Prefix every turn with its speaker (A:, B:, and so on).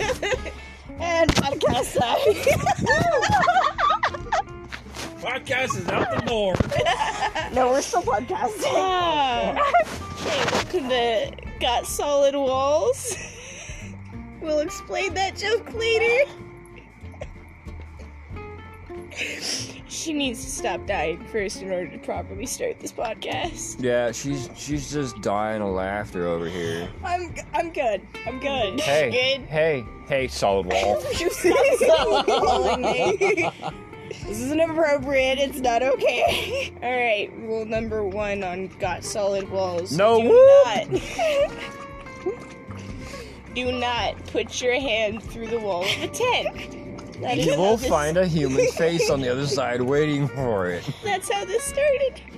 A: and podcast side.
B: Podcast is out the door.
C: No, we're still podcasting.
A: Ah. Hey, welcome to Got Solid Walls. We'll explain that joke later. She needs to stop dying first in order to properly start this podcast.
B: Yeah, she's she's just dying of laughter over here.
A: I'm I'm good. I'm good.
B: Hey, hey, hey, solid wall.
A: good. You stop calling me. This is inappropriate. It's not okay. All right. Rule number one on Got Solid Walls.
B: No,
A: Do
B: whoop.
A: not. Do not put your hand through the wall of a tent. That is
B: You
A: how
B: will
A: this-
B: find a human face on the other side waiting for it.
A: That's how this started.